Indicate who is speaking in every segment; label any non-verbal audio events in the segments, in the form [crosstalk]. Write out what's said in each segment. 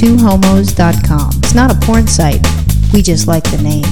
Speaker 1: twohomos.com. It's not a porn site. We just like the name.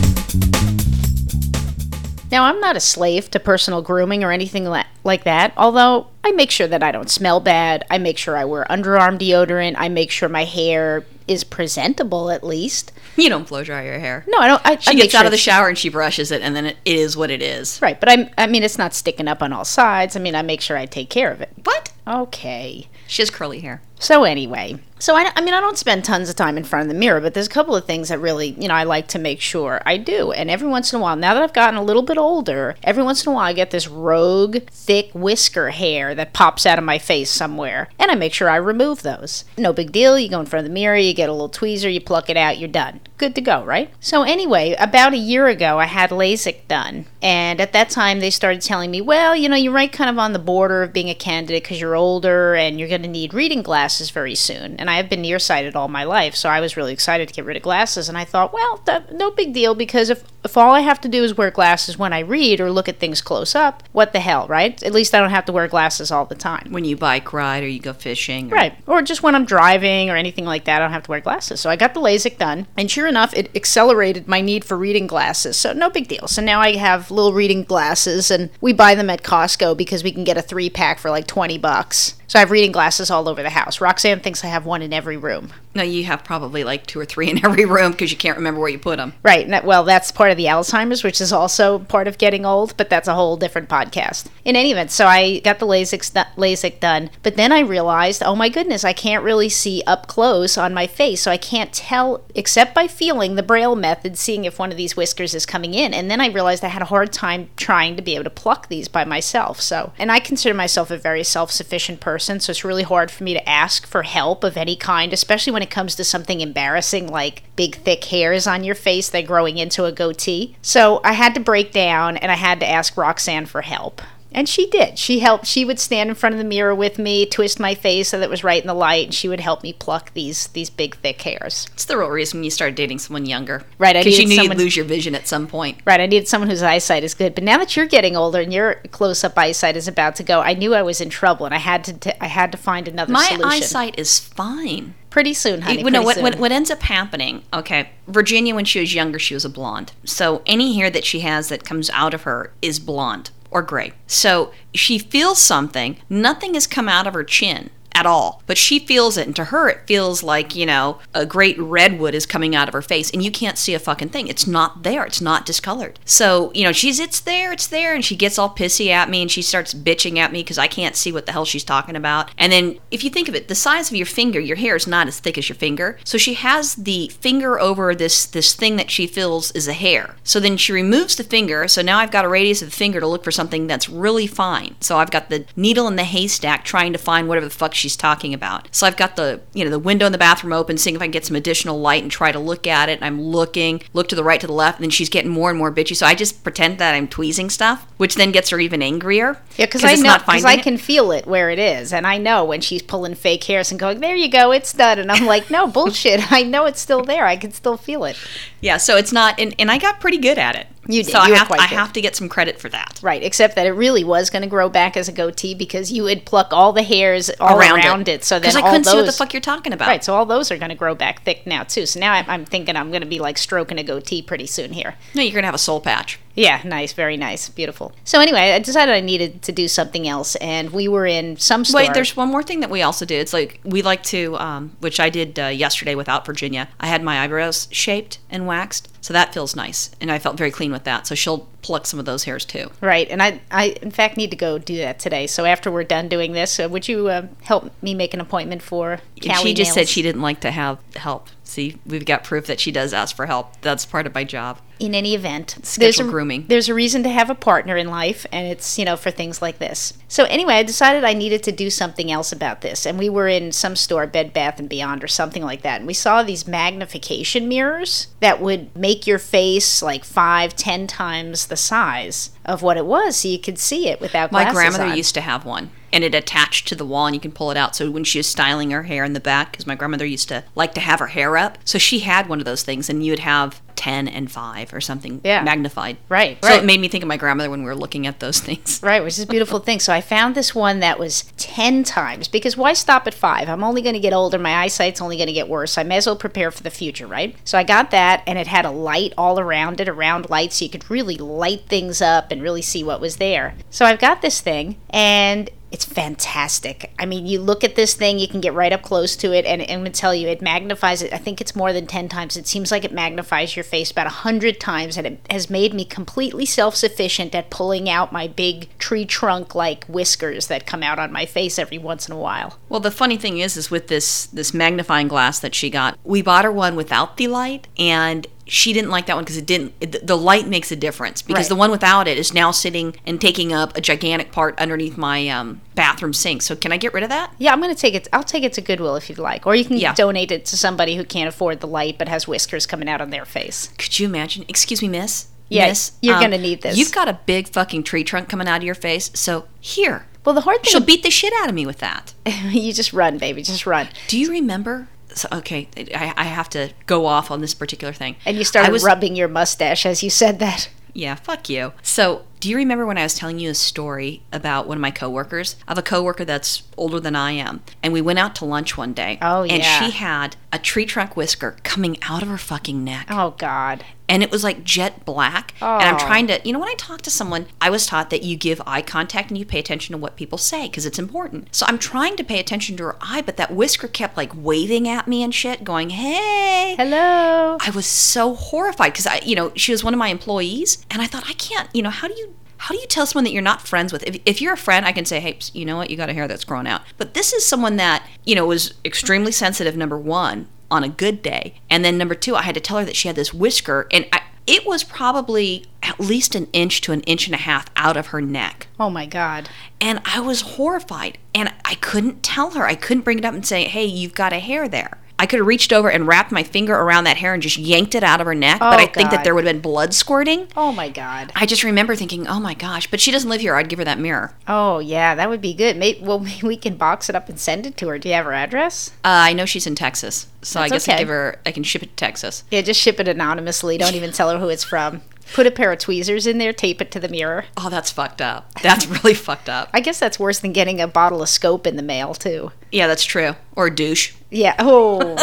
Speaker 2: Now, I'm not a slave to personal grooming or anything la- like that, although I make sure that I don't smell bad. I make sure I wear underarm deodorant. I make sure my hair is presentable at least.
Speaker 3: [laughs] You don't blow dry your hair.
Speaker 2: No, I don't. I,
Speaker 3: She
Speaker 2: I make
Speaker 3: gets out
Speaker 2: sure
Speaker 3: of the
Speaker 2: it's-
Speaker 3: shower and she brushes it, and then it, it is what it is.
Speaker 2: Right, but I'm, I mean, it's not sticking up on all sides. I mean, I make sure I take care of it.
Speaker 3: What?
Speaker 2: Okay.
Speaker 3: She has curly hair.
Speaker 2: So anyway, so I, I mean, I don't spend tons of time in front of the mirror, but there's a couple of things that really, you know, I like to make sure I do. And every once in a while, now that I've gotten a little bit older, every once in a while I get this rogue, thick whisker hair that pops out of my face somewhere, and I make sure I remove those. No big deal. You go in front of the mirror, you get a little tweezer, you pluck it out, you're done. Good to go, right? So anyway, about a year ago, I had LASIK done, and at that time they started telling me, well, you know, you're right, kind of on the border of being a candidate because you're older and you're going to need reading glasses very soon. And I have been nearsighted all my life, so I was really excited to get rid of glasses. And I thought, well, that, no big deal because if if all I have to do is wear glasses when I read or look at things close up, what the hell, right? At least I don't have to wear glasses all the time.
Speaker 3: When you bike ride or you go fishing. Or,
Speaker 2: Right. Or just when I'm driving or anything like that, I don't have to wear glasses. So I got the LASIK done, and sure enough, it accelerated my need for reading glasses. So no big deal. So now I have little reading glasses, and we buy them at Costco because we can get a three pack for like 20 bucks. So I have reading glasses all over the house. Roxanne thinks I have one in every room.
Speaker 3: No, you have probably like two or three in every room because you can't remember where you put them.
Speaker 2: Right. and that- Well, that's part of the Alzheimer's, which is also part of getting old, but that's a whole different podcast. In any event, so I got the LASIK, st- LASIK done, but then I realized, oh my goodness, I can't really see up close on my face. So I can't tell, except by feeling the braille method, seeing if one of these whiskers is coming in. And then I realized I had a hard time trying to be able to pluck these by myself. So, and I consider myself a very self sufficient person. So it's really hard for me to ask for help of any kind, especially when it comes to something embarrassing like big, thick hairs on your face that are growing into a goatee. So I had to break down and I had to ask Roxanne for help. And she did. She helped. She would stand in front of the mirror with me, twist my face so that it was right in the light, and she would help me pluck these these big thick hairs.
Speaker 3: It's the real reason you started dating someone younger.
Speaker 2: Right, I
Speaker 3: Because you
Speaker 2: needed
Speaker 3: knew
Speaker 2: someone-
Speaker 3: you'd lose your vision at some point.
Speaker 2: Right, I needed someone whose eyesight is good. But now that you're getting older and your close-up eyesight is about to go, I knew I was in trouble, and I had to t- I had to find another
Speaker 3: My
Speaker 2: solution.
Speaker 3: eyesight is fine.
Speaker 2: pretty soon, honey.
Speaker 3: You
Speaker 2: pretty
Speaker 3: know, what,
Speaker 2: soon.
Speaker 3: what, what ends up happening, okay, Virginia, when she was younger, she was a blonde. So any hair that she has that comes out of her is blonde or gray. So she feels something. Nothing has come out of her chin at all, but she feels it. And to her, it feels like, you know, a great redwood is coming out of her face and you can't see a fucking thing. It's not there. It's not discolored. So, you know, she's, it's there, it's there. And she gets all pissy at me and she starts bitching at me because I can't see what the hell she's talking about. And then if you think of it, the size of your finger, your hair is not as thick as your finger. So she has the finger over this, this thing that she feels is a hair. So then she removes the finger. So now I've got a radius of the finger to look for something that's really fine. So I've got the needle in the haystack trying to find whatever the fuck she's talking about. So I've got the, you know, the window in the bathroom open, seeing if I can get some additional light and try to look at it. And I'm looking, look to the right, to the left, and then she's getting more and more bitchy. So I just pretend that I'm tweezing stuff, which then gets her even angrier.
Speaker 2: Yeah, because I
Speaker 3: it's
Speaker 2: know
Speaker 3: not
Speaker 2: because
Speaker 3: finding
Speaker 2: I
Speaker 3: it.
Speaker 2: can feel it where it is, and I know when she's pulling fake hairs and going, "There you go, it's done," and I'm like,
Speaker 3: [laughs]
Speaker 2: "No bullshit, I know it's still there. I can still feel it."
Speaker 3: Yeah, so it's not, and, and I got pretty good at it.
Speaker 2: You did.
Speaker 3: So
Speaker 2: You
Speaker 3: I,
Speaker 2: were
Speaker 3: have,
Speaker 2: quite
Speaker 3: I
Speaker 2: good.
Speaker 3: have to get some credit for that.
Speaker 2: Right, except that it really was going to grow back as a goatee because you would pluck all the hairs all around, it. So then
Speaker 3: because I
Speaker 2: all
Speaker 3: couldn't
Speaker 2: those
Speaker 3: see what the fuck you're talking about.
Speaker 2: right, so all those are going to grow back thick now too. So now I'm, I'm thinking I'm going to be like stroking a goatee pretty soon here.
Speaker 3: No, you're gonna have a soul patch.
Speaker 2: Yeah, nice, very nice, beautiful. So anyway, I decided I needed to do something else, and we were in some store.
Speaker 3: Wait, there's one more thing that we also do. It's like we like to, um, which I did uh, yesterday without Virginia. I had my eyebrows shaped and waxed, so that feels nice, and I felt very clean with that. So she'll pluck some of those hairs too.
Speaker 2: Right, and I, I in fact need to go do that today. So after we're done doing this, uh, would you uh, help me make an appointment for?
Speaker 3: And
Speaker 2: Cali
Speaker 3: she just said
Speaker 2: nails?
Speaker 3: she didn't like to have help. See, we've got proof that she does ask for help. That's part of my job.
Speaker 2: in any event, there's a,
Speaker 3: Schedule grooming.
Speaker 2: There's a reason to have a partner in life, and it's you know for things like this. So anyway, I decided I needed to do something else about this, and we were in some store, Bed Bath and Beyond or something like that, and we saw these magnification mirrors that would make your face like five, ten times the size of what it was, so you could see it without
Speaker 3: My
Speaker 2: glasses
Speaker 3: grandmother
Speaker 2: on.
Speaker 3: used to have one, and it attached to the wall, and you can pull it out. So when she was styling her hair in the back, because my grandmother used to like to have her hair up, so she had one of those things, and you would have 10 and 5 or something
Speaker 2: Yeah.
Speaker 3: magnified.
Speaker 2: Right,
Speaker 3: So
Speaker 2: right.
Speaker 3: it made me think of my grandmother when we were looking at those [laughs] things.
Speaker 2: Right, which is a beautiful thing. So I found this one that was 10 times because why stop at five? I'm only going to get older. My eyesight's only going to get worse. I may as well prepare for the future, right? So I got that and it had a light all around it, around light, so you could really light things up and really see what was there. So I've got this thing and it's fantastic. I mean, you look at this thing, you can get right up close to it, and I'm going to tell you, it magnifies it. I think it's more than 10 times. It seems like it magnifies your face about 100 times, and it has made me completely self sufficient at pulling out my big tree trunk like whiskers that come out on my face every once in a while.
Speaker 3: Well, the funny thing is is with this this magnifying glass that she got, we bought her one without the light and she didn't like that one because it didn't it, the light makes a difference because
Speaker 2: Right.
Speaker 3: the one without it is now sitting and taking up a gigantic part underneath my um, bathroom sink. So can I get rid of that?
Speaker 2: Yeah, I'm going to take it. I'll take it to Goodwill if you'd like, or you can
Speaker 3: Yeah.
Speaker 2: donate it to somebody who can't afford the light but has whiskers coming out on their face.
Speaker 3: Could you imagine? Excuse me, miss.
Speaker 2: Yeah,
Speaker 3: Miss, um,
Speaker 2: you're gonna need this.
Speaker 3: You've got a big fucking tree trunk coming out of your face. So here,
Speaker 2: Well, the hard thing
Speaker 3: she'll beat the shit out of me with that.
Speaker 2: [laughs] you just run, baby, just run.
Speaker 3: Do you remember? So, okay, I, I have to go off on this particular thing.
Speaker 2: And you
Speaker 3: I
Speaker 2: started
Speaker 3: was-
Speaker 2: rubbing your mustache as you said that.
Speaker 3: Yeah, fuck you. So, do you remember when I was telling you a story about one of my coworkers? I have a coworker that's older than I am, and we went out to lunch one day.
Speaker 2: Oh,
Speaker 3: And
Speaker 2: yeah.
Speaker 3: she had a tree trunk whisker coming out of her fucking neck.
Speaker 2: Oh God.
Speaker 3: and it was like jet black. And I'm
Speaker 2: Oh.
Speaker 3: trying to, you know, when I talk to someone, I was taught that you give eye contact and you pay attention to what people say because it's important. So I'm trying to pay attention to her eye, but that whisker kept like waving at me and shit, going, hey.
Speaker 2: Hello.
Speaker 3: I was so horrified because I, you know, she was one of my employees, and I thought I can't, you know, how do you? How do you tell someone that you're not friends with? If, if you're a friend, I can say, hey, psst, you know what? You got a hair that's grown out. But this is someone that, you know, was extremely sensitive, number one, on a good day. And then number two, I had to tell her that she had this whisker, and I, it was probably at least an inch to an inch and a half out of her neck.
Speaker 2: Oh my God.
Speaker 3: And I was horrified. And I couldn't tell her. I couldn't bring it up and say, hey, you've got a hair there. I could have reached over and wrapped my finger around that hair and just yanked it out of her neck. but
Speaker 2: Oh,
Speaker 3: I think that
Speaker 2: God.
Speaker 3: there would have been blood squirting.
Speaker 2: Oh my God.
Speaker 3: I just remember thinking, oh my gosh, but she doesn't live here. I'd give her that mirror.
Speaker 2: Oh yeah, that would be good. Maybe well, [laughs] we can box it up and send it to her. Do you have her address?
Speaker 3: Uh, I know she's in Texas. So I
Speaker 2: That's
Speaker 3: guess I
Speaker 2: okay.
Speaker 3: give her, I can ship it to Texas.
Speaker 2: Yeah, just ship it anonymously. Don't even tell her who it's from. Put a pair of tweezers in there, tape it to the mirror.
Speaker 3: Oh, that's fucked up. That's [laughs] really fucked up.
Speaker 2: I guess that's worse than getting a bottle of scope in the mail too.
Speaker 3: Yeah, that's true. Or a douche.
Speaker 2: Yeah. [laughs] Oh,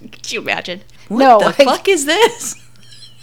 Speaker 3: Could you imagine? What
Speaker 2: No,
Speaker 3: the
Speaker 2: I-
Speaker 3: fuck is this?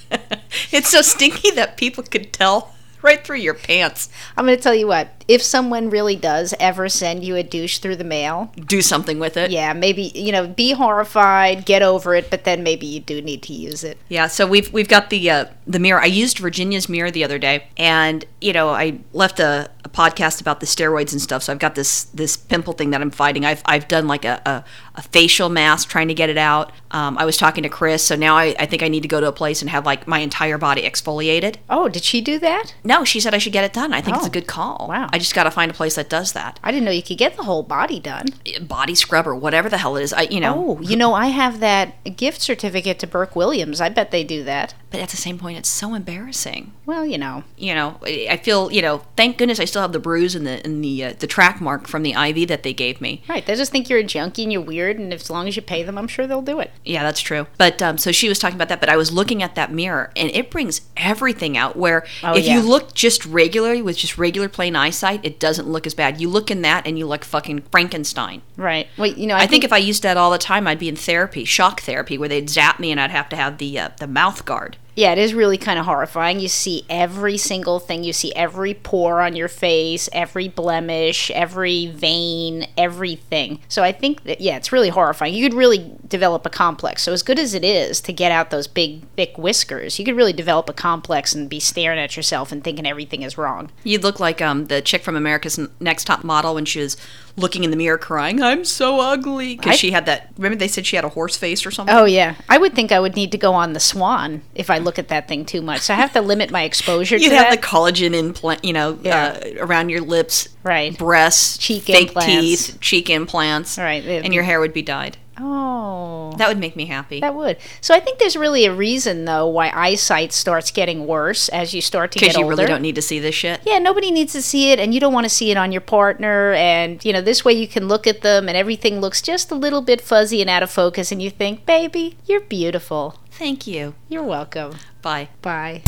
Speaker 3: [laughs] it's so stinky that people could tell right through your pants.
Speaker 2: I'm going to tell you what. If someone really does ever send you a douche through the mail,
Speaker 3: do something with it.
Speaker 2: yeah, maybe you know, be horrified, get over it, but then maybe you do need to use it.
Speaker 3: Yeah, so we've we've got the uh, the mirror. I used Virginia's mirror the other day, and you know I left a, a podcast about the steroids and stuff. So I've got this this pimple thing that I'm fighting. I've I've done like a, a, a facial mask trying to get it out. Um, I was talking to Chris, so now I, I think I need to go to a place and have like my entire body exfoliated.
Speaker 2: Oh, did she do that?
Speaker 3: No, she said I should get it done. I think it's a
Speaker 2: Oh,
Speaker 3: good call.
Speaker 2: wow.
Speaker 3: I just got to find a place that does that.
Speaker 2: I didn't know you could get the whole body done.
Speaker 3: Body scrub or whatever the hell it is. I you know.
Speaker 2: Oh,
Speaker 3: [laughs]
Speaker 2: you know, I have that gift certificate to Burke Williams. I bet they do that.
Speaker 3: But at the same point, it's so embarrassing.
Speaker 2: Well, you know.
Speaker 3: you know, I I feel, you know, thank goodness I still have the bruise and the and the uh, the track mark from the IV that they gave me.
Speaker 2: Right. They just think you're a junkie and you're weird, and as long as you pay them, I'm sure they'll do it.
Speaker 3: Yeah, that's true. But um, so she was talking about that, but I was looking at that mirror and it brings everything out. Where
Speaker 2: Oh,
Speaker 3: if
Speaker 2: yeah.
Speaker 3: you look just regularly with just regular plain eyesight, it doesn't look as bad. You look in that and you look fucking Frankenstein.
Speaker 2: Right. Well, you know,
Speaker 3: I think if I used that all the time, I'd be in therapy, shock therapy, where they'd zap me and I'd have to have the uh, the mouth guard.
Speaker 2: yeah, it is really kind of horrifying. You see every single thing. You see every pore on your face, every blemish, every vein, everything. So I think that, yeah, it's really horrifying. You could really develop a complex. So, as good as it is to get out those big, thick whiskers, you could really develop a complex and be staring at yourself and thinking everything is wrong.
Speaker 3: You'd look like um, the chick from America's Next Top Model when she was looking in the mirror crying, I'm so ugly. Because
Speaker 2: I-
Speaker 3: she had that, remember they said she had a horse face or something?
Speaker 2: Oh yeah, I would think I would need to go on the Swan if I look at that thing too much. So I have to limit my exposure
Speaker 3: [laughs] You'd
Speaker 2: to
Speaker 3: have
Speaker 2: that.
Speaker 3: the collagen implant, you know,
Speaker 2: Yeah.
Speaker 3: uh, around your lips,
Speaker 2: Right.
Speaker 3: breasts,
Speaker 2: Cheek
Speaker 3: fake
Speaker 2: implants.
Speaker 3: teeth, cheek implants.
Speaker 2: Right, they-
Speaker 3: And your hair would be dyed.
Speaker 2: oh,
Speaker 3: That would make me happy.
Speaker 2: that would. So I think there's really a reason though why eyesight starts getting worse as you start to get
Speaker 3: Because you
Speaker 2: older.
Speaker 3: really don't need to see this shit.
Speaker 2: yeah, nobody needs to see it, and you don't want to see it on your partner. And, you know, this way you can look at them, and everything looks just a little bit fuzzy and out of focus, and you think, baby, you're beautiful. Thank you.
Speaker 3: You're welcome.
Speaker 2: Bye.
Speaker 3: Bye.